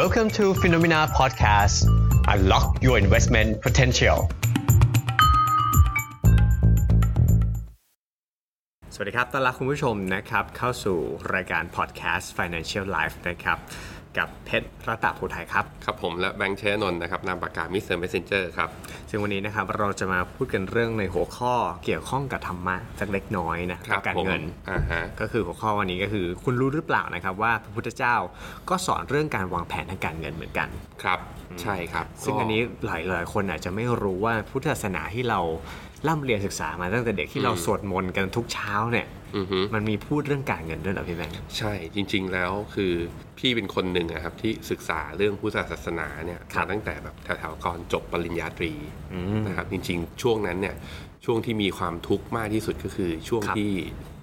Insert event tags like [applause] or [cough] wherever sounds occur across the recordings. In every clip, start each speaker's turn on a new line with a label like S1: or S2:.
S1: Welcome to Phenomena Podcast Unlock your investment potential สวัสดีครับ ต้อนรับคุณผู้ชมนะครับ เข้าสู่รายการ Podcast Financial Life นะครับ กับเพชรรัตนภูไทยครับ
S2: ครับผมและแบงค์เชนนท์นะครับนามปากกามิสเตอร์เมสเซนเจอร์ครับ
S1: ซึ่งวันนี้นะครับเราจะมาพูดกันเรื่องในหัวข้อเกี่ยวข้องกับธรรมะสักเล็กน้อยนะกับการเงิน
S2: ผมอ่าฮะ
S1: ก็คือหัวข้อวันนี้ก็คือ คุณรู้หรือเปล่านะครับว่าพระพุทธเจ้าก็สอนเรื่องการวางแผนทางการเงินเหมือนกัน
S2: ครับ ใช่ครับ
S1: ซึ่ง
S2: ก็
S1: อันนี้หลายหลายคนอาจจะไม่รู้ว่าพุทธศาสนาที่เราล่ำเรียนศึกษามาตั้งแต่เด็กที่เราสวดมนต์กันทุกเช้าเนี่ย
S2: อือฮึ
S1: มันมีพูดเรื่องการเงินด้วยเหรอพี่แบงค์
S2: ใช่จริง ๆ แล้วคือพี่เป็นคนหนึ่งอะครับที่ศึกษาเรื่องพุทธศาสนาเนี่ยมาตั้งแต่แบบแถวๆก่อนจบปริญญาตรี
S1: อืม
S2: นะครับจริง ๆ ช่วงนั้นเนี่ยช่วงที่มีความทุกข์มากที่สุดก็คือช่วง
S1: ครับ
S2: ที่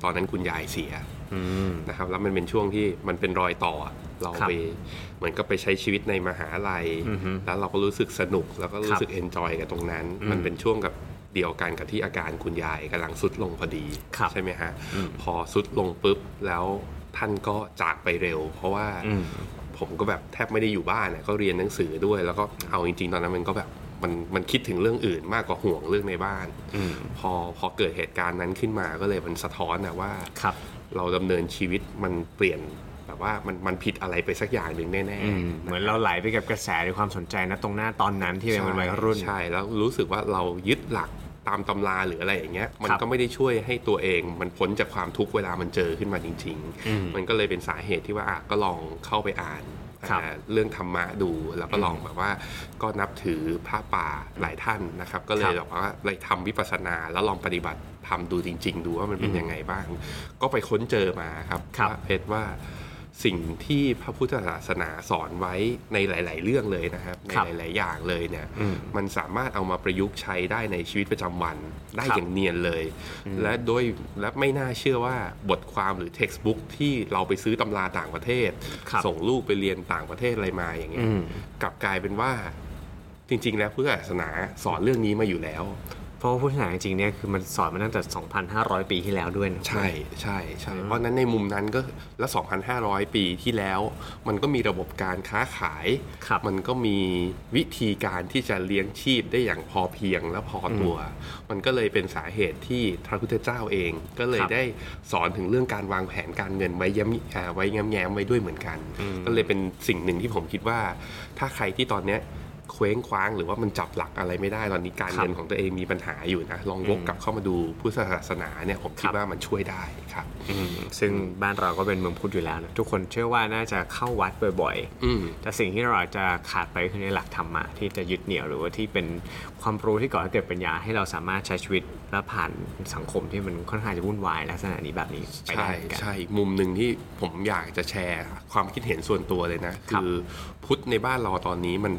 S2: ตอนนั้นคุณยายเสีย
S1: อืม
S2: นะครับแล้วมันเป็นช่วงที่มันเป็นรอยต่ออะเรา
S1: ครับ
S2: ไปเหมือนก็ไปใช้ชีวิตในมหาลัย
S1: อือฮึ
S2: แล้วเราก็รู้สึกสนุกแล้วก็รู้สึกเอนจอยกับตรงนั้น
S1: อืม
S2: มันเป็นช่วงกับเดียวกันกับที่อาการคุณยายกำลังสุดลงพอดี
S1: ครับ
S2: ใช่ไหมฮะ
S1: อืม
S2: พอสุดลงปุ๊บแล้วท่านก็จากไปเร็ว เพราะว่า
S1: อืม
S2: ผมก็แบบแทบไม่ได้อยู่บ้านอะก็เรียนหนังสือด้วย แล้วก็เอาจริงๆ ตอนนั้นมันก็แบบมันมันคิดถึงเรื่องอื่นมากกว่าห่วงเรื่องในบ้าน
S1: อืม
S2: พอพอเกิดเหตุการณ์นั้นขึ้นมาก็เลยมันสะท้อนนะว่า
S1: ครับ
S2: เราดำเนินชีวิตมันเปลี่ยนแบบว่ามันมันผิดอะไรไปสักอย่างหนึ่งแน่
S1: อืม
S2: ๆ
S1: เหมือนเราไหลไปกับกระแสในความสนใจนะตรงหน้าตอนนั้นที่เป็นวัยรุ่น
S2: ใช่ แล้วรู้สึกว่าเรายึดหลักตามตำราหรืออะไรอย่างเงี้ย มัน
S1: ครับ
S2: ก็ไม่ได้ช่วยให้ตัวเองมันพ้นจากความทุกข์เวลามันเจอขึ้นมาจริง
S1: อืม
S2: ๆ มันก็เลยเป็นสาเหตุที่ว่าอ่ะก็ลองเข้าไปอ่าน
S1: ครับ
S2: อ่าเรื่องธรรมะดูแล้วก็ลองแบบว่า ก็นับถือพระป่าหลายท่านนะครับ ก็เล
S1: ครั
S2: ย
S1: บ
S2: แบบว่าเลยทำวิปัสสนาแล้วลองปฏิบัติทำดูจริง ๆ ดูว่ามันเป็นยังไงบ้าง ก็ไปค้นเจอมาครับ
S1: ครับ
S2: ว่าเพชรว่าสิ่งที่พระพุทธศาสนาสอนไว้ในหลาย ๆ เรื่องเลยนะครับ ใน
S1: ครับ
S2: หลาย ๆ อย่างเลยเนี่ย
S1: อืม
S2: มันสามารถเอามาประยุกต์ใช้ได้ในชีวิตประจำวันได้
S1: ครับ
S2: อย่างเนียนเลย และโดยและไม่น่าเชื่อว่าบทความหรือเท็กซ์บุ๊กที่เราไปซื้อตำราต่างประเทศ
S1: ครับ
S2: ส่งลูกไปเรียนต่างประเทศอะไรมาอย่างเงี้
S1: อื
S2: ย
S1: ม
S2: กลับกลายเป็นว่าจริง ๆ แล้วพุทธศาสนาสอนเรื่องนี้มาอยู่แล้ว
S1: เพราะว่าพุทธศาสนาจริงๆเนี่ยคือมันสอนมาตั้งแต่ 2,500 ปีที่แล้วด้วยนะ
S2: ใช่ใช่ใช่เพราะฉะนั้นในมุมนั้นก็แล้ว 2,500 ปีที่แล้ว มันก็มีระบบการค้าขาย
S1: ครับ
S2: มันก็มีวิธีการที่จะเลี้ยงชีพได้อย่างพอเพียงและพอตัว มันก็เลยเป็นสาเหตุที่พระพุทธเจ้าเอง ก็เลย
S1: ครับ
S2: ได้สอนถึงเรื่องการวางแผนการเงินไว้ย้ำอ่าไว้ย้ำแย้มไว้ด้วยเหมือนกัน ก็เลยเป็นสิ่งหนึ่งที่ผมคิดว่า ถ้าใครที่ตอนเนี้ยเคว้งคว้างหรือว่ามันจับหลักอะไรไม่ได้ตอนนี้การ
S1: ครับ
S2: เงินของตัวเองมีปัญหาอยู่นะลองวกกลับเข้ามาดูพุทธศาสนาเนี่ยผมคิดว่ามันช่วยได้ครับ
S1: อืมซึ่งบ้านเราก็เป็นเมืองพุทธอยู่แล้วนะทุกคนเชื่อว่าน่าจะเข้าวัดบ่อย
S2: อืม
S1: ๆ แต่สิ่งที่เราอาจจะขาดไปคือในหลักธรรมะที่จะยึดเหนี่ยวหรือว่าที่เป็นความรู้ที่ก่อให้เกิดปัญญาให้เราสามารถใช้ชีวิตและผ่านสังคมที่มันค่อนข้างจะวุ่นวายลักษณะนี้แบบนี้ไปได้
S2: ใช่
S1: เหมือนกัน
S2: ใช่อีกมุมหนึ่งที่ผมอยากจะแชร์ความคิดเห็นส่วนตัวเลยนะ
S1: ครับ
S2: คือพุทธในบ้านเราตอนนี้มัน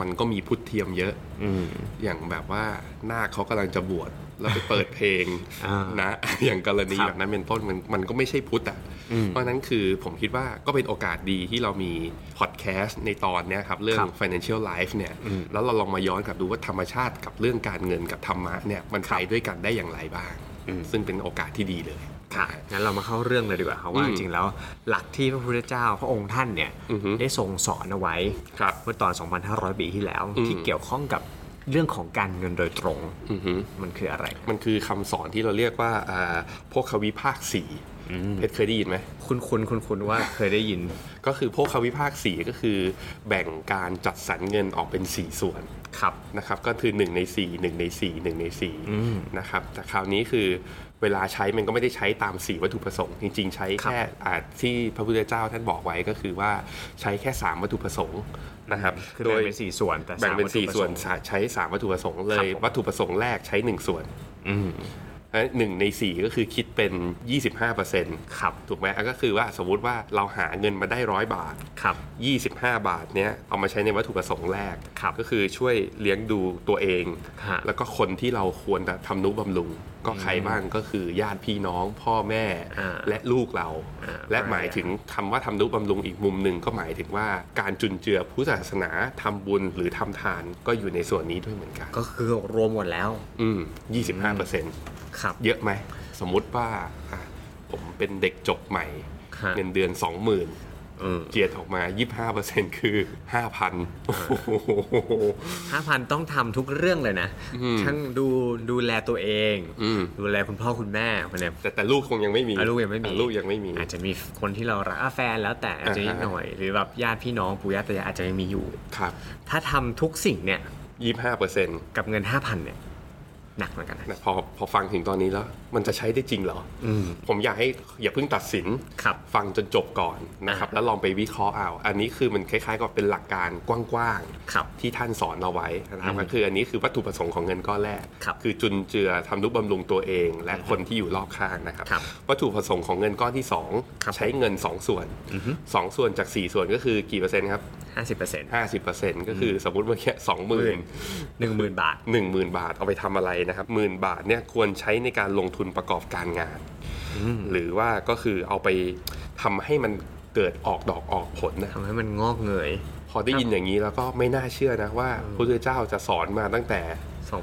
S2: มันก็มีพุทธเทียมเยอะ
S1: อืม
S2: อย่างแบบว่านาคเขากำลังจะบวชแล้วไปเปิดเพลง
S1: อ่า
S2: นะ [laughs] อย่างกรณี
S1: ครับ
S2: แบบนั้นเป็นต้นมันมันก็ไม่ใช่พุทธอ่ะ
S1: อืม
S2: เพราะฉะนั้นคือผมคิดว่าก็เป็นโอกาสดีที่เรามีพอดแคสต์ในตอนเนี้ยครับเรื่อง
S1: ครับ
S2: financial life เนี่ย
S1: อืม
S2: แล้วเราลองมาย้อนกลับดูว่าธรรมชาติกับเรื่องการเงินกับธรรมะเนี่ยมันไปด้วยกันได้อย่างไรบ้าง ซึ่งเป็นโอกาสที่ดีเลย
S1: ค่ะงั้นเรามาเข้าเรื่องเลยดีกว่าครับว่า
S2: อื
S1: จ
S2: ม
S1: ริงๆแล้วหลักที่พระพุทธเจ้าพระองค์ท่านเนี่ย
S2: อือฮึ
S1: ได้ทรงสอนเอาไว้
S2: ครับ
S1: เมื่อตอน 2,500 ปีที่แล้ว
S2: อืม
S1: ที่เกี่ยวข้องกับเรื่องของการเงินโดยตรง
S2: อือฮึ
S1: มันคืออะไร
S2: มันคือคำสอนที่เราเรียกว่าอ่าโภควิภาคสี่เพชรเคยได้ยินไหม
S1: คุณคุณคุณคุณว่าเคยได้ยิน
S2: ก็คือโภควิภาคสี่ก็คือ แบ่งการจัดสรรเงินออกเป็น 4 ส่วน
S1: ครับ
S2: นะครับ ก็คือ 1 ใน 4 1 ใน 4 1 ใน
S1: อืม
S2: 4นะครับ แต่คราวนี้คือเวลาใช้มันก็ไม่ได้ใช้ตาม 4 วัตถุประสงค์ จริงๆ ใช้แค่อ่าที่พระพุทธเจ้าท่านบอกไว้ก็คือว่าใช้แค่ 3 วัตถุประสงค์นะครับ
S1: คือแบ่งเป็นสี่ส่วนแต่
S2: แบ่งเป็น
S1: าม
S2: 4 ส่วน
S1: วัตถุประสงค์
S2: ใช้ 3 วัตถุประสงค์
S1: ค
S2: เล
S1: รับ
S2: ย
S1: ผม
S2: วัตถุประสงค์แรกใช้ 1 ส่วน
S1: อืม
S2: และหนึ่งในสี่ก็คือคิดเป็น 25%
S1: ครับ
S2: ถูกไหมอ่ะก็คือว่าสมมติว่าเราหาเงินมาได้ร้อยบาท
S1: ครับ
S2: 25 บาทเนี้ยเอามาใช้ในวัตถุประสงค์แรก
S1: ครับ
S2: ก็คือช่วยเลี้ยงดูตัวเอง
S1: ฮะ
S2: แล้วก็คนที่เราควรจะทำนุบำรุง ก็ใครบ้างก็คือญาติพี่น้องพ่อแม่
S1: อ่า
S2: และลูกเรา
S1: อ่า
S2: และหมายถึงคำว่าทำนุบำรุงอีกมุมหนึ่งก็หมายถึงว่าการจุนเจือพุทธศาสนาทำบุญหรือทำทานก็อยู่ในส่วนนี้ด้วยเหมือนกัน
S1: ก็คือรวมหมดแล้ว
S2: อืม 25%
S1: ครับ
S2: เยอะไหมสมมุติว่าอ่ะผมเป็นเด็กจบใหม่
S1: ฮะ
S2: เงินเดือน 20,000
S1: อืม
S2: เจียดออกมา 25%คือ
S1: [laughs]
S2: 5,000โอ้โห
S1: ห้าพันต้องทำทุกเรื่องเลยนะ ทั้งดูดูแลตัวเอง
S2: อืม
S1: ดูแลคุณพ่อคุณแม่คนเนี้ย
S2: แต่แต่ลูกคงยังไม่มี
S1: อ่ะลูกยังไม่มี
S2: อ่ะลูกยังไม่มี
S1: อาจจะมีคนที่เรารักอ่ะแฟนแล้วแต่อาจจะนิดหน่อย หรือแบบญาติพี่น้องปู่ย่าตายายอาจจะยังมีอยู่
S2: ครับ
S1: ถ้าทำทุกสิ่งเนี่ย
S2: 25%น
S1: กับเงิน 5,000เนี่ยหนักเหมือนกันนะ
S2: ะพอพอฟังถึงตอนนี้แล้ว มันจะใช้ได้จริงเหรออ
S1: ม
S2: ผมอยากให้อย่าเพิ่งตัดสิน
S1: ครับ
S2: ฟังจนจบก่อนนะครับ แล้วลองไปวิเคราะห์เอา อันนี้คือมันคล้ายๆกับเป็นหลักการกว้าง
S1: ครับ
S2: ๆ ที่ท่านสอนเอาไว้นะครับก็คืออันนี้คือวัตถุประสงค์ของเงินก้อนแรก
S1: ครับ
S2: อจุนเจือทำนุบำรุงตัวเอง และคนที่อยู่รอบข้างนะครับ
S1: ครับ
S2: วัตถุประสงค์ของเงินก้อนที่สอง
S1: ครับ
S2: ใช้เงิน 2 ส่วน
S1: อือฮึ
S2: 2 ส่วนจาก 4 ส่วนก็คือกี่เปอร์เซ็นต์ครับ
S1: 50%
S2: 50%ก็คือสมมติว่าแค่สองหมื่น
S1: หนึ่งหมื่นบาท
S2: หนึ่งหมื่นบาทเอาไปทำอะไรนะครับหมื่นบาทเนี่ยควรใช้ในการลงทุนประกอบการงาน หรือว่าก็คือเอาไปทำให้มันเกิดออกดอกออกผลนะ
S1: ทำให้มันงอกเงย
S2: พอได้ยินอย่างนี้แล้วก็ไม่น่าเชื่อนะว่าพระพุทธเจ้าจะสอนมาตั้งแต่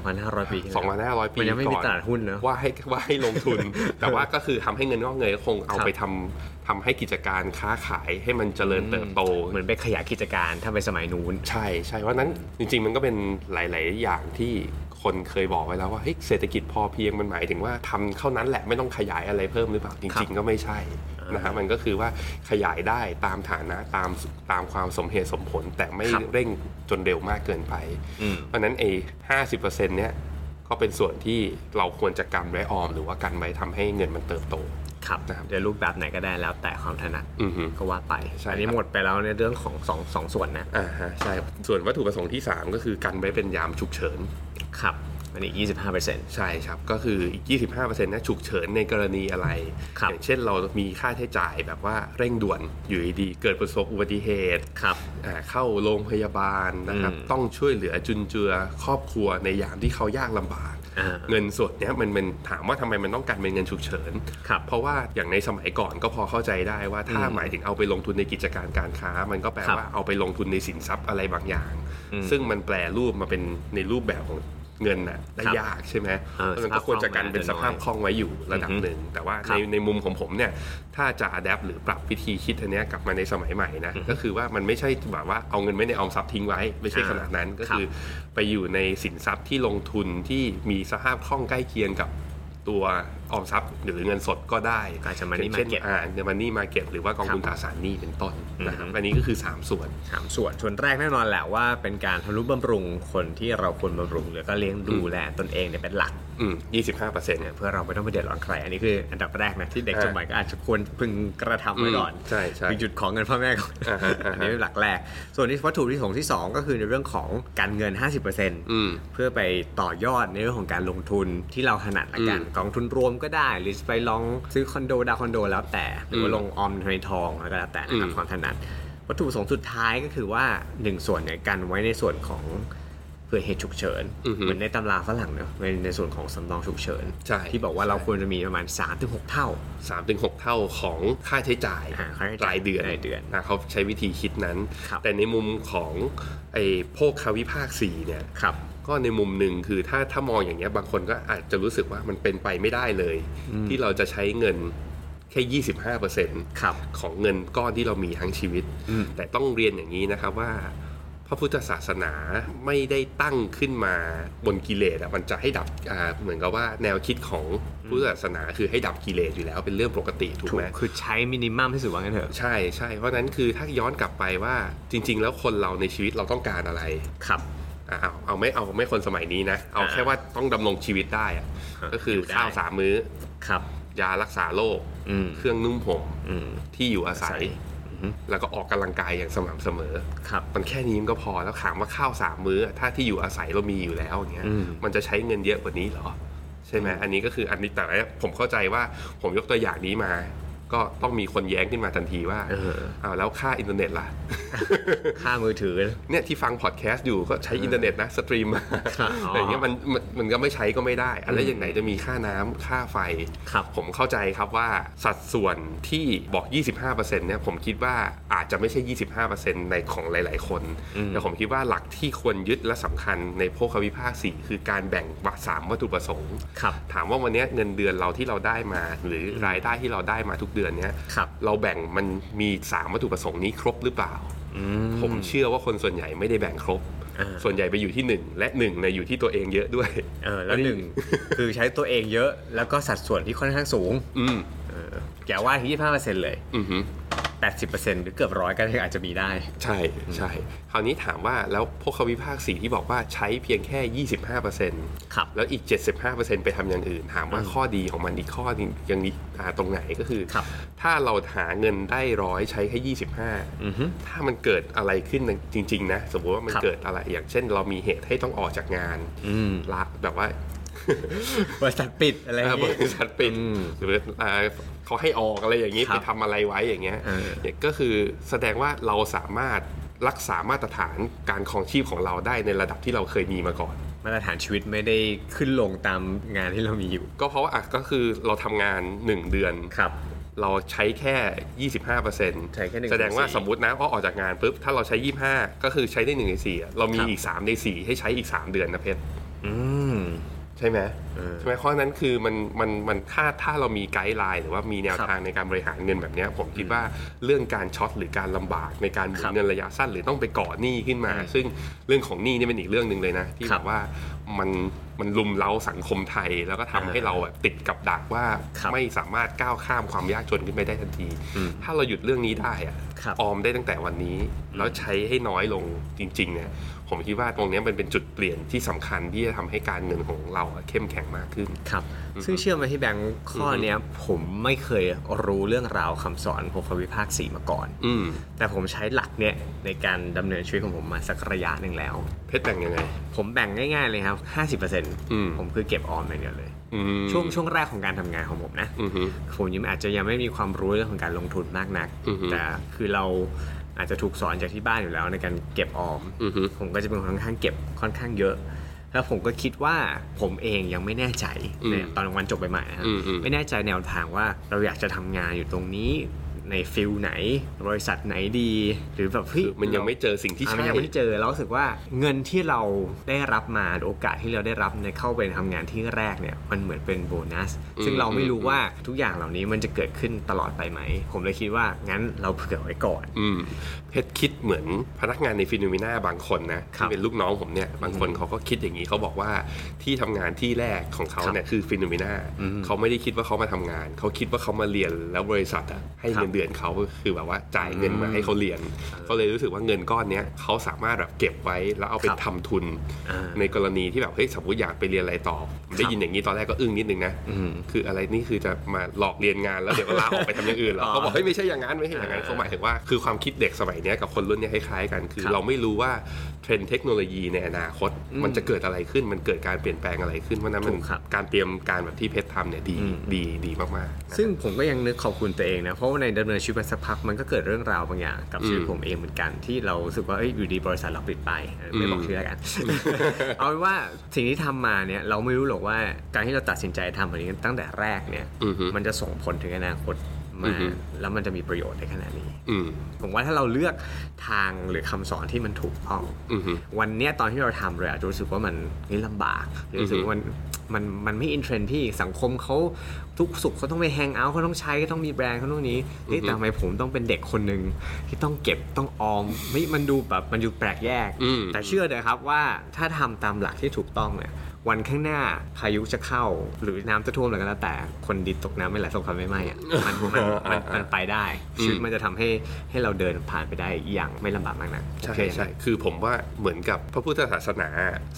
S1: 2,500 ปีที่แล้ว
S2: 2,500 ปี
S1: มันยังไม่มี
S2: ก่อ
S1: ตลาดหุ้นเนอะ
S2: ว่าให้ว่าให้ลงทุน [laughs] แต่ว่าก็คือทำให้เงินงอกเงยก็คงเอา
S1: ครับ
S2: ไปทำทำให้กิจการค้าขายให้มันเจริญเติบโต
S1: เหมือนไปขยายกิจการถ้าเป็นสมัยนู้น
S2: ใช่ใช่ว่าะฉะนั้นจริง ๆ มันก็เป็นหลาย ๆ อย่างที่คนเคยบอกไว้แล้วว่าเฮ้ยเศรษฐกิจพอเพียงมันหมายถึงว่าทำเท่านั้นแหละไม่ต้องขยายอะไรเพิ่มหรือเปล่า
S1: ค
S2: จ
S1: รั
S2: ริง
S1: บ
S2: ๆ ก็ไม่ใช่นะฮะมันก็คือว่าขยายได้ตามฐานะตามตามความสมเหตุสมผล แต่ไม่เร่งจนเร็วมากเกินไป
S1: อืม
S2: เพราะฉะนั้นไอ้ห้าสิบเปอร์เซ็นต์เนี้ยก็เป็นส่วนที่เราควรจะกันไว้ออม หรือว่ากันไว้ทำให้เงินมันเติบโต
S1: ครับ
S2: นะครับ
S1: จะรูปแบบไหนก็ได้แล้วแต่ความถนัด
S2: อือฮึ
S1: ก็ว่าไป
S2: ใช่
S1: อันนี้
S2: ครับ
S1: หมดไปแล้วในเรื่องของสองสองส่วนนะ
S2: อ่าฮะใช่ส่วนวัตถุประสงค์ที่สามก็คือกันไว้เป็นยามฉุกเฉิน
S1: ครับ อันนี้ 25เปอร์เซ็นต์
S2: ใช่ครับ ก็คืออีก 25%นะฉุกเฉินในกรณีอะไร
S1: ครับ
S2: อย่างเช่นเรามีค่าใช้จ่ายแบบว่าเร่งด่วนอยู่ดีๆเกิดประสบอุบัติเหตุ
S1: ครับ
S2: อ่าเข้าโรงพยาบาลนะครับ
S1: อืม
S2: ต้องช่วยเหลือจุนเจือครอบครัวในยามที่เขายากลำบาก
S1: อ่า
S2: เงินสดเนี้ยมันมันถามว่าทำไมมันต้องการเป็นเงินฉุกเฉิน
S1: ครับ
S2: เพราะว่าอย่างในสมัยก่อนก็พอเข้าใจได้ว่าถ้าหมายถึงเอาไปลงทุนในกิจการการค้า มันก็แปล
S1: ครับ
S2: ว่าเอาไปลงทุนในสินทรัพย์อะไรบางอย่าง
S1: อืม
S2: ซึ่งมันแปลรูปมาเป็นในรูปแบบของเงินน่ะได้
S1: ครับ
S2: ยากใช่ไหม
S1: เออ
S2: เพราะฉะนั้นก็ควรจะกันเป็นส
S1: ส
S2: ภา
S1: ภา
S2: พ
S1: พ
S2: ค
S1: ค
S2: ล่
S1: ล่
S2: อ
S1: อง ง
S2: ไว้อยู่ระดับหนึ่ง แต่ว่า
S1: ค
S2: ใน
S1: รับ
S2: ในมุมของผมเนี่ยถ้าจะอัดแอปหรือปรับวิธีคิดอันเนี้ยกลับมาในสมัยใหม่นะก็คือว่ามันไม่ใช่แบบว่าเอาเงินไว้ในออมทรัพย์ทิ้งไว้ ไม่ใช่
S1: อ่า
S2: ขนาดนั้นก็
S1: ครับ
S2: คือไปอยู่ในสินทรัพย์ที่ลงทุนที่มีสภาพคล่องใกล้เคียงกับตัวออมทรัพย์ หรือเงินสดก็ได้
S1: อาจจะ money
S2: ย่งเช่น
S1: market
S2: อ่าเงินมันนี่มาเก็บหรือว่ากองทุน
S1: ค
S2: ต
S1: รับ
S2: ราสารหนี้เป็นต้นนะครับ
S1: อือฮึ
S2: อันนี้ก็คือ 3 ส่วน
S1: สามส่วนส่วนแรกแน่นอนแหละว่าเป็นการทำนุบำรุงคนที่เราควรบำรุงหรือก็เลี้ยงดูแลตนเองเนี่ยเป็นหลัก
S2: อืม25%เนี่ย
S1: เพื่อเราไม่ต้องไปเดือดร้อนใคร อันนี้คืออันดับแรกนะที่เด็ก
S2: อ่า
S1: จบใหม่ก็อาจจะควรพึงกระทำไว้ก่อน
S2: อืมใช่ใช่
S1: พึงหยุดของเงินพ่อแม่ก่อน
S2: อ่าฮะอ่าฮะ
S1: อันนี้เป็นหลักแรก ส่วนที่วัตถุที่สองที่สองก็คือในเรื่องของการเงิน 50%
S2: อืม
S1: เพื่อไปต่อยอดในเรื่องของการลงทุนที่เราถนัดละกัน
S2: อืม
S1: กองทุนรวมก็ได้ หรือไปลองซื้อคอนโดดาวคอนโดแล้วแต่หรือว่าลงออมในทองแล้วก็แล้วแต่นะครับ
S2: อืม
S1: ความถนัด วัตถุประสงค์สุดท้ายก็คือว่าหนึ่งส่วนเนี่ยกันไว้ในส่วนของเพื่อเหตุฉุกเฉิน
S2: อือฮึ
S1: เหมือนในตำราฝรั่งเนอะในในส่วนของสำรองฉุกเฉิน
S2: ใช่
S1: ที่บอกว่าเราควรจะมีประมาณ 3-6 เท่า
S2: สามถึงหกเท่าของค่าใช้จ่าย
S1: อ่าค่าใช้จ่าย
S2: รายเดือน
S1: รายเดือน
S2: นะเขาใช้วิธีคิดนั้น
S1: ครับ
S2: แต่ในมุมของไอ้โภคาวิภาคสี่เนี่ย
S1: ครับ
S2: ก็ในมุมหนึ่งคือถ้าถ้ามองอย่างเงี้ยบางคนก็อาจจะรู้สึกว่ามันเป็นไปไม่ได้เลย ที่เราจะใช้เงินแค่ 25%
S1: ครับ
S2: ของเงินก้อนที่เรามีทั้งชีวิต
S1: อืม
S2: แต่ต้องเรียนอย่างนี้นะครับว่า พระพุทธศาสนาไม่ได้ตั้งขึ้นมาบนกิเลสอะมันจะให้ดับอ่าเหมือนกับว่าแนวคิดของพุทธศาสนาคือให้ดับกิเลสอยู่แล้วเป็นเรื่องปกติถูก
S1: ถูก
S2: ไหม
S1: คือใช้มินิมัมที่สุดว่างั้นเถอะ
S2: ใช่ใช่เพราะฉะนั้นคือถ้าย้อนกลับไปว่าจริง ๆ แล้วคนเราในชีวิตเราต้องการอะไร
S1: ครับ
S2: อ่ะเอาเอาไม่เอาไม่คนสมัยนี้นะ เอา
S1: อ่า
S2: แค่ว่าต้องดำรงชีวิตได้อะ
S1: อ่า
S2: ก็คืออยู่
S1: ได้
S2: ข้าวสามมื้อ
S1: ครับ
S2: ยารักษาโรค
S1: อืม
S2: เครื่องนุ่มห่ม
S1: อืม
S2: ที่อยู่อาศัย
S1: อือฮึ
S2: แล้วก็ออกกำลังกายอย่างสม่ำเสมอ
S1: ครับ
S2: มันแค่นี้มันก็พอแล้วถามว่าข้าวสามมื้อ ถ้าที่อยู่อาศัยเรามีอยู่แล้วอย่างเงี้ย
S1: อืม
S2: มันจะใช้เงินเยอะกว่านี้เหรอ ใช่ไหมอันนี้ก็คืออันนี้แต่ว่าผมเข้าใจว่าผมยกตัวอย่างนี้มา ก็ต้องมีคนแย้งขึ้นมาทันทีว่า
S1: เออ
S2: เอาแล้วค่าอินเทอร์เน็ตล่ะ
S1: ค่ามือถือ
S2: เนี่ยที่ฟังพอดแคสต์อยู่ก็ใช้อินเทอร์เน็ตนะสตรีมมา
S1: ครับอ๋อ
S2: แต่อย่างเงี้ยมันมันมันก็ไม่ใช้ก็ไม่ได้อะแล้วอย่างไหนจะมีค่าน้ำค่าไฟ
S1: ครับ
S2: ผมเข้าใจครับว่าสัดส่วนที่บอก 25%เนี่ยผมคิดว่าอาจ อาจจะไม่ใช่ 25%ในของหลาย ๆ คน
S1: อืม
S2: แต่ผมคิดว่าหลักที่ควรยึดและสำคัญในโภควิภาคสี่คือการแบ่งวัตสามวัตถุประสงค์
S1: ครับ
S2: ถามว่าวันเนี้ยเงินเดือนเราที่เราได้มา หรือรายได้ที่เราได้มาทุกเดือนเนี้ย
S1: ครับ
S2: เราแบ่งมันมีสามวัตถุประสงค์นี้ครบหรือเปล่า
S1: อื
S2: ผมเชื่อว่าคนส่วนใหญ่ไม่ได้แบ่งครบ
S1: อ่า
S2: ส่วนใหญ่ไปอยู่ที่หนึ่งและหนึ่งเนี่ยอยู่ที่ตัวเองเยอะด้วย
S1: เออแล้ว [laughs] หนึ่ง คือใช้ตัวเองเยอะ แล้วก็สัดส่วนที่ค่อนข้างสูง
S2: อืม
S1: เอออย่าว่าที่ยี่ห้าเปอร์เซ็นต์เลย
S2: อือหือ
S1: แปดสิบเปอร์เซ็นต์หรือเกือบร้อยก็ยังอาจจะมีได้
S2: ใช่ใช่คราวนี้ถามว่าแล้วพวกเขาวิพากษ์สีที่บอกว่าใช้เพียงแค่ 25%
S1: ครับ
S2: แล้วอีก 75%ไปทำอย่างอื่น ถามว่าข้อดีของมันอีกข้อหนึงยังมีอ่าตรงไหนก็คือ
S1: ครับ
S2: ถ้าเราหาเงินได้ร้อยใช้แค่25
S1: อือฮึ
S2: ถ้ามันเกิดอะไรขึ้นจริง ๆ นะ สมมติว่ามัน
S1: ครับ
S2: เกิดอะไรอย่างเช่น เรามีเหตุให้ต้องออกจากงาน
S1: อืม
S2: ละแบบ
S1: [laughs]
S2: ว่า
S1: บริษัทปิดอะไรอย่าง
S2: บ
S1: เงี้ย
S2: ริษัทปิด
S1: อืม
S2: หรืออ่าเขาให้ออกอะไรอย่างนี้
S1: ครับ
S2: ไปทำอะไรไว้อย่างเงี้ย
S1: เออ
S2: เนี่ยก็คือแสดงว่าเราสามารถรักษามาตรฐานการครองชีพของเราได้ในระดับที่เราเคยมีมาก่อน
S1: มาตรฐานชีวิตไม่ได้ขึ้นลงตามงานที่เรามีอยู่
S2: ก็เพราะว่าอ่ะก็คือเราทำงาน 1 เดือน
S1: ครับ
S2: เราใช้แค่ 25
S1: ใช้แค่1
S2: แสดงว่า
S1: ในสี่
S2: สมมตินะพอออกจากงานปุ๊บถ้าเราใช้ 25 ก็คือใช้ได้1ใน4อะเรามี
S1: ครับ
S2: อีก 3 ใน 4 ให้ใช้อีก 3 เดือนนะเพชร
S1: อืม
S2: ใช่ไหม
S1: เออ
S2: ใช่ไหมเพราะฉะนั้นคือมันมันมันถ้าถ้าเรามีไกด์ไลน์หรือว่ามีแนวทางในการบริหารเงินแบบเนี้ยผมคิดว่าเรื่องการช็อตหรือการลำบากในการหมุ
S1: ครั
S2: น
S1: บ
S2: เงินระยะสั้นหรือต้องไปก่อหนี้ขึ้นมา
S1: อืม
S2: ซึ่งเรื่องของหนี้นี่เป็นอีกเรื่องหนึ่งเลยนะ ที่
S1: ครับ บอก
S2: ว่ามันมันลุมเล้าสังคมไทย แล้วก็ทำ
S1: อ่า
S2: ให้เราแบบติดกับดักว่า
S1: ครับ
S2: ไม่สามารถก้าวข้ามความยากจนขึ้นไปได้ทันที
S1: อืม
S2: ถ้าเราหยุดเรื่องนี้ได้อะ
S1: ครับ
S2: ออมได้ตั้งแต่วันนี้ แล้วใช้ให้น้อยลงจริงๆเนี่ยผมคิดว่าตรงเนี้ยมันเป็นจุดเปลี่ยนที่สำคัญที่จะทำให้การเงินของเราอะเข้มแข็งมากขึ้น
S1: ครับ ซึ่งเชื่อไหมที่แบงค์ข้อเนี้ย ผมไม่เคยรู้เรื่องราวคำสอนพวกควิภาคสีมาก่อน
S2: อืม
S1: แต่ผมใช้หลักเนี่ยในการดำเนินชีวิตของผมมาสักระยะหนึ่งแล้ว
S2: เพชรแบ่งยังไง
S1: ผมแบ่งง่ายๆเลยครับ
S2: ม
S1: 50%ผมคือเก็บออมอย่างเดียวเลย
S2: อืม
S1: ช่วงช่วงแรกของการทำงานของผมนะ
S2: อือฮึ
S1: ผมยังอาจจะยังไม่มีความรู้เรื่องของการลงทุนมากนัก
S2: อือฮึ
S1: แต่คือเราอาจจะถูกสอนจากที่บ้านอยู่แล้วในการเก็บออม
S2: อือฮึ
S1: ผมก็จะเป็นคนค่อนข้างเก็บค่อนข้างเยอะ แล้วผมก็คิดว่าผมเองยังไม่แน่ใจในตอนวันจบใหม่ๆนะครับ
S2: อืมอืม
S1: ไม่แน่ใจแนวทางว่าเราอยากจะทำงานอยู่ตรงนี้ในฟิลไหน บริษัทไหนดี หรือแบบเฮ้ย
S2: คือมันยังไม่เจอสิ่งที่
S1: อ่ะ
S2: ใช่
S1: มันยังไม่เจอเรารู้สึกว่าเงินที่เราได้รับมาหรือโอกาสที่เราได้รับในเข้าไปทำงานที่แรกเนี่ยมันเหมือนเป็นโบนัส
S2: อืม
S1: ซึ่งเราไม่รู้ว่าทุกอย่างเหล่านี้มันจะเกิดขึ้นตลอดไปไหม ผมเลยคิดว่างั้นเราเผื่อไว้ก่อน
S2: อืมเพชรคิดเหมือนพนักงานในฟิโนเมนาบางคนนะครับ ที่เป็นลูกน้องผมเนี่ยบางคนเขาก็คิดอย่างนี้เขาบอกว่าที่ทำงานที่แรกของเขาเนี่ยคือฟิโนเมนา
S1: อืม
S2: เขาไม่ได้คิดว่าเขามาทำงาน เขาคิดว่าเขามาเรียนแล้วบริษัทอะให้
S1: ครับ
S2: เงินเดือนเขาคือแบบว่าจ่ายเงินมา
S1: อืม
S2: ให้เขาเรียนเขาเลยรู้สึกว่าเงินก้อนเนี้ยเขาสามารถแบบเก็บไว้แล้วเอาไป
S1: ครับ
S2: ทำทุน
S1: อ่า
S2: ในกรณีที่แบบเฮ้ยสมมติอยากไปเรียนอะไรต่อผมได้
S1: ครับ
S2: ยินอย่างนี้ตอนแรกก็อึ้งนิดนึงนะ
S1: อืม
S2: คืออะไรนี่คือจะมาหลอกเรียนงานแล้วเดี๋ยวก็ลาออกไปทำอย่างอื่นเหรอเขาบอกเฮ้ยไม่ใช่อย่างนั้นไม่ใช่อย่างนั้นเขาหมาย หมายถึงว่าคือความคิดเด็กสมัยเนี้ยกับคนรุ่นเนี้ยคล้ายๆกัน คือ
S1: ครับ
S2: เราไม่รู้ว่าเทรนด์เทคโนโลยีในอนาคต
S1: อืม
S2: มันจะเกิดอะไรขึ้นมันเกิดการเปลี่ยนแปลงอะไรขึ้นเพราะฉะนั้นมัน
S1: ถูกครับ
S2: การเตรียมการแบบที่เพชรทำเนี่ยดี
S1: อืม
S2: ดีดีมากๆนะ
S1: ซึ่งผมก็ยังนึกขอบคุณตัวเองนะ เพราะว่าในดำเนินชีวิตมาสักพักมันก็เกิดเรื่องราวบางอย่างกับชีวิต
S2: อืม
S1: ผมเองเหมือนกันที่เรารู้สึกว่าเอ้ยอยู่ดีบริษัทเราปิดไปเออไม่บอก
S2: อืม
S1: ชื่อแล้วกัน [laughs] เอาเป็นว่าสิ่งที่ทำมาเนี่ยเราไม่รู้หรอกว่าการที่เราตัดสินใจทำแบบนี้ตั้งแต่แรกเนี่ย
S2: อือฮึ
S1: มันจะส่งผลถึงอนาคต
S2: อื
S1: มา
S2: อฮึ
S1: แล้วมันจะมีประโยชน์ในขนาดนี้
S2: อืม
S1: ผมว่าถ้าเราเลือกทางหรือคำสอนที่มันถูกต้อง
S2: อือฮึ
S1: วันเนี้ยตอนที่เราทำเลยอาจจะรู้สึกว่ามันนี่ลำบากหรือรู้สึกว่ามันมันมันไม่อินเทรนด์ที่สังคมเขาทุกสุขเขาต้องไปแฮงเอาท์เขาต้องใช้เขาต้องมีแบรนด์เขาต้องนี้เฮ้ยแต่ทำไมผมต้องเป็นเด็กคนหนึ่งที่ต้องเก็บต้องออมไม่มันดูแบบมันดูแปลกแยก
S2: อืม
S1: แต่เชื่อเลยครับว่าถ้าทำตามหลักที่ถูกต้องเนี่ยวันข้างหน้าพายุจะเข้า หรือน้ำจะท่วมอะไรก็แล้วแต่คนดีตกน้ำไม่ไหลตกคำไม่ไหม้อะมันมัน
S2: [laughs]
S1: มันมันไปได้ชีวิตมันจะทำให้ให้เราเดินผ่านไปได้อย่างไม่ลำบากมากนัก
S2: ใช่
S1: โอเค
S2: ใช่คือผมว่าเหมือนกับพระพุทธศาสนา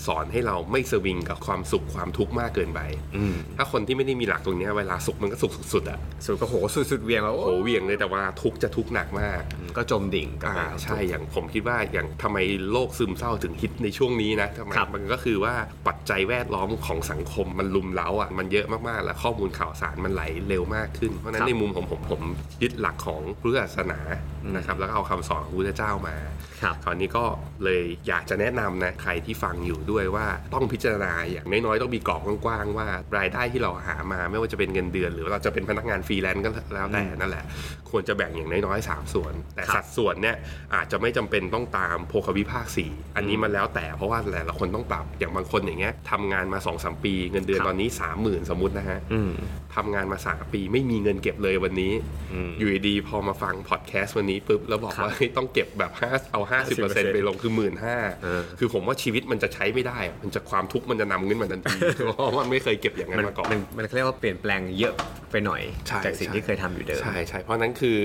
S2: สอนให้เราไม่สวิงกับความสุขความทุกข์มากเกินไป
S1: อืม
S2: ถ้าคนที่ไม่ได้มีหลักตรงเนี้ยเวลาสุขมันก็สุขสุดๆอะ
S1: สุดก็โหสุดสุดเหวียงแล้ว
S2: โหเหวียงเลยแต่ว่าทุกข์จะทุกข์หนักมาก
S1: ก็จมดิ่งกับ
S2: อ่าใช่อย่างผมคิดว่าอย่างทำไมโรคซึมเศร้าถึงฮิตในช่วงนี้นะทำไม
S1: ครับ
S2: มันก็คือว่าปัจจัยแว ดล้อมของสังคมมันลุมเล้าอ่ะมันเยอะมากๆ และข้อมูลข่าวสารมันไหลเร็วมากขึ้น เพราะฉะนั้
S1: ครับ
S2: นในมุมของผมผมยึดหลักของพุทธศาสนา
S1: อืม
S2: นะครับแล้วก็เอาคำสอนของพุทธเจ้ามา
S1: ครับ
S2: คราวนี้ก็เลยอยากจะแนะนำนะใครที่ฟังอยู่ด้วยว่าต้องพิจารณาอย่างน้อยๆต้องมีกรอบกว้างๆว่ารายได้ที่เราหามาไม่ว่าจะเป็นเงินเดือน หรือว่าเราจะเป็นพนักงานฟรีแลนซ์ก็แล้วแต่นั่นแหละ ควรจะแบ่งอย่างน้อยๆ 3 ส่วน แต่
S1: ครับ
S2: สัดส่วนเนี่ยอาจจะไม่จำเป็นต้องตามโภควิภาคสี่อันนี้มันแล้วแต่เพราะว่าแต่ละคนต้องปรับอย่างบางคนอย่างเงี้ยทำงานมา2อสปี เงินเดือน
S1: ครับ
S2: ตอนนี้ 30,000 สมมตินะฮะ
S1: อืม
S2: ทำงานมาสามปีไม่มีเงินเก็บเลยวันนี้
S1: อืม
S2: อยู่ดีๆพอมาฟังพอดแคสต์วันนี้ปุ๊บแล้วบอก
S1: ครับ
S2: ว่าเฮ้ยต้องเก็บแบบ5เอา 50%ไปลงคือหมื่นห้า
S1: เออ
S2: คือผมว่าชีวิตมันจะใช้ไม่ได้อะมันจะความทุกข์มันจะนำขึ้นมาทัน
S1: [laughs]
S2: ที เพราะมันไม่เคยเก็บอย่างนั้
S1: มัน
S2: นมาก่อน
S1: มันมันเรียกว่าเปลี่ยนแปลงเยอะไปหน่อย
S2: ใช่
S1: จากสิ่ง
S2: ใช่
S1: ที่เคยทำอยู่เดิม
S2: ใช่ใช่เพราะนั้นคือ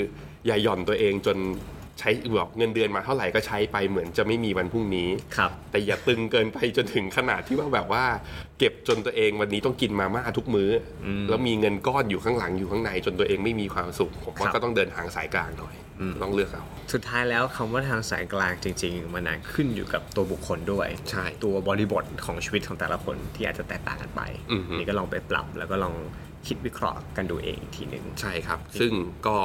S2: อย่าหย่อนตัวเองจนใช้แบบเงินเดือนมาเท่าไหร่ก็ใช้ไปเหมือนจะไม่มีวันพรุ่งนี้
S1: ครับ
S2: แต่อย่าตึงเกินไปจนถึงขนาดที่ว่าแบบว่า เก็บจนตัวเองวันนี้ต้องกินมาม่าทุกมื้ออแล้วมีเงินก้อนอยู่ข้างหลังอยู่ข้างใน จนตัวเองไม่มีความสุข ผมว่า
S1: ครับ
S2: ก็ต้องเดินทางสายกลางหน่อย
S1: อืม
S2: ต้องเลือกเอา
S1: สุดท้ายแล้วคำว่าทางสายกลางจริง ๆ มันอาจขึ้นอยู่กับตัวบุคคลด้วย
S2: ใช่
S1: ตัวบริบทของชีวิตของแต่ละคนที่อาจจะแตกต่างกันไป
S2: อือฮึ
S1: นี่ก็ลองไปปรับแล้วก็ลองคิดวิเคราะห์กันดูเองอีกทีหนึ่ง
S2: ใช่ครับ ซึ่งก็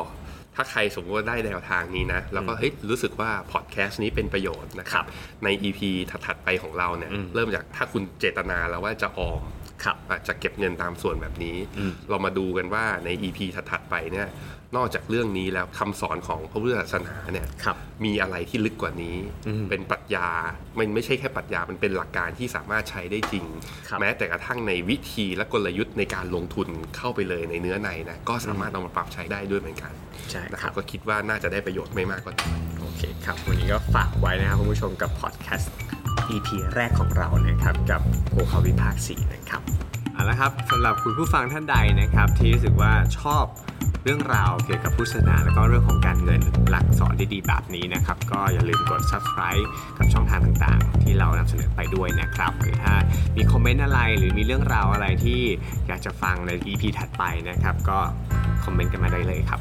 S2: ถ้าใครสมมติว่าได้แนวทางนี้นะ แล้วก็เฮ้ยรู้สึกว่าพอดแคสต์นี้เป็นประโยชน์นะครับ ใน EP ถัดๆไปของเราเนี่ย
S1: อืม
S2: เริ่มจากถ้าคุณเจตนาแล้วว่าจะออม
S1: ครับ
S2: อาจจะเก็บเงินตามส่วนแบบนี้
S1: อืม
S2: เรามาดูกันว่าใน EP ถัดๆไปเนี่ย นอกจากเรื่องนี้แล้วคำสอนของพระพุทธศาสนาเนี่ย
S1: ครับ
S2: มีอะไรที่ลึกกว่านี้
S1: อืม
S2: เป็นปรัชญา มันไม่ใช่แค่ปรัชญา มันเป็นหลักการที่สามารถใช้ได้จริง
S1: ครับ
S2: แม้แต่กระทั่งในวิธีและกลยุทธ์ในการลงทุนเข้าไปเลยในเนื้อในนะ ก็สามารถเอามาปรับใช้ได้ด้วยเหมือนกัน
S1: ใช่ครับ
S2: นะครับ ก็คิดว่าน่าจะได้ประโยชน์ไม่มากก็น้อย
S1: โอเคครับ วันนี้ก็ฝากไว้นะครับคุณผู้ชมกับพอดแคสต์ EP แรกของเรานะครับ กับโคคาวิภาค4นะครับเอาละครับสำหรับคุณผู้ฟังท่านใดนะครับ ที่รู้สึกว่าชอบเรื่องราวเกี่ยวกับพุทธศาสนา แล้วก็เรื่องของการเงินหลักสอนดีๆ แบบนี้นะครับ ก็อย่าลืมกด subscribe กับช่องทางต่างๆ ที่เรานำเสนอไปด้วยนะครับ หรือถ้ามีคอมเมนต์อะไรหรือมีเรื่องราวอะไรที่อยากจะฟังใน EP ถัดไปนะครับ ก็คอมเมนต์กันมาได้เลยครับ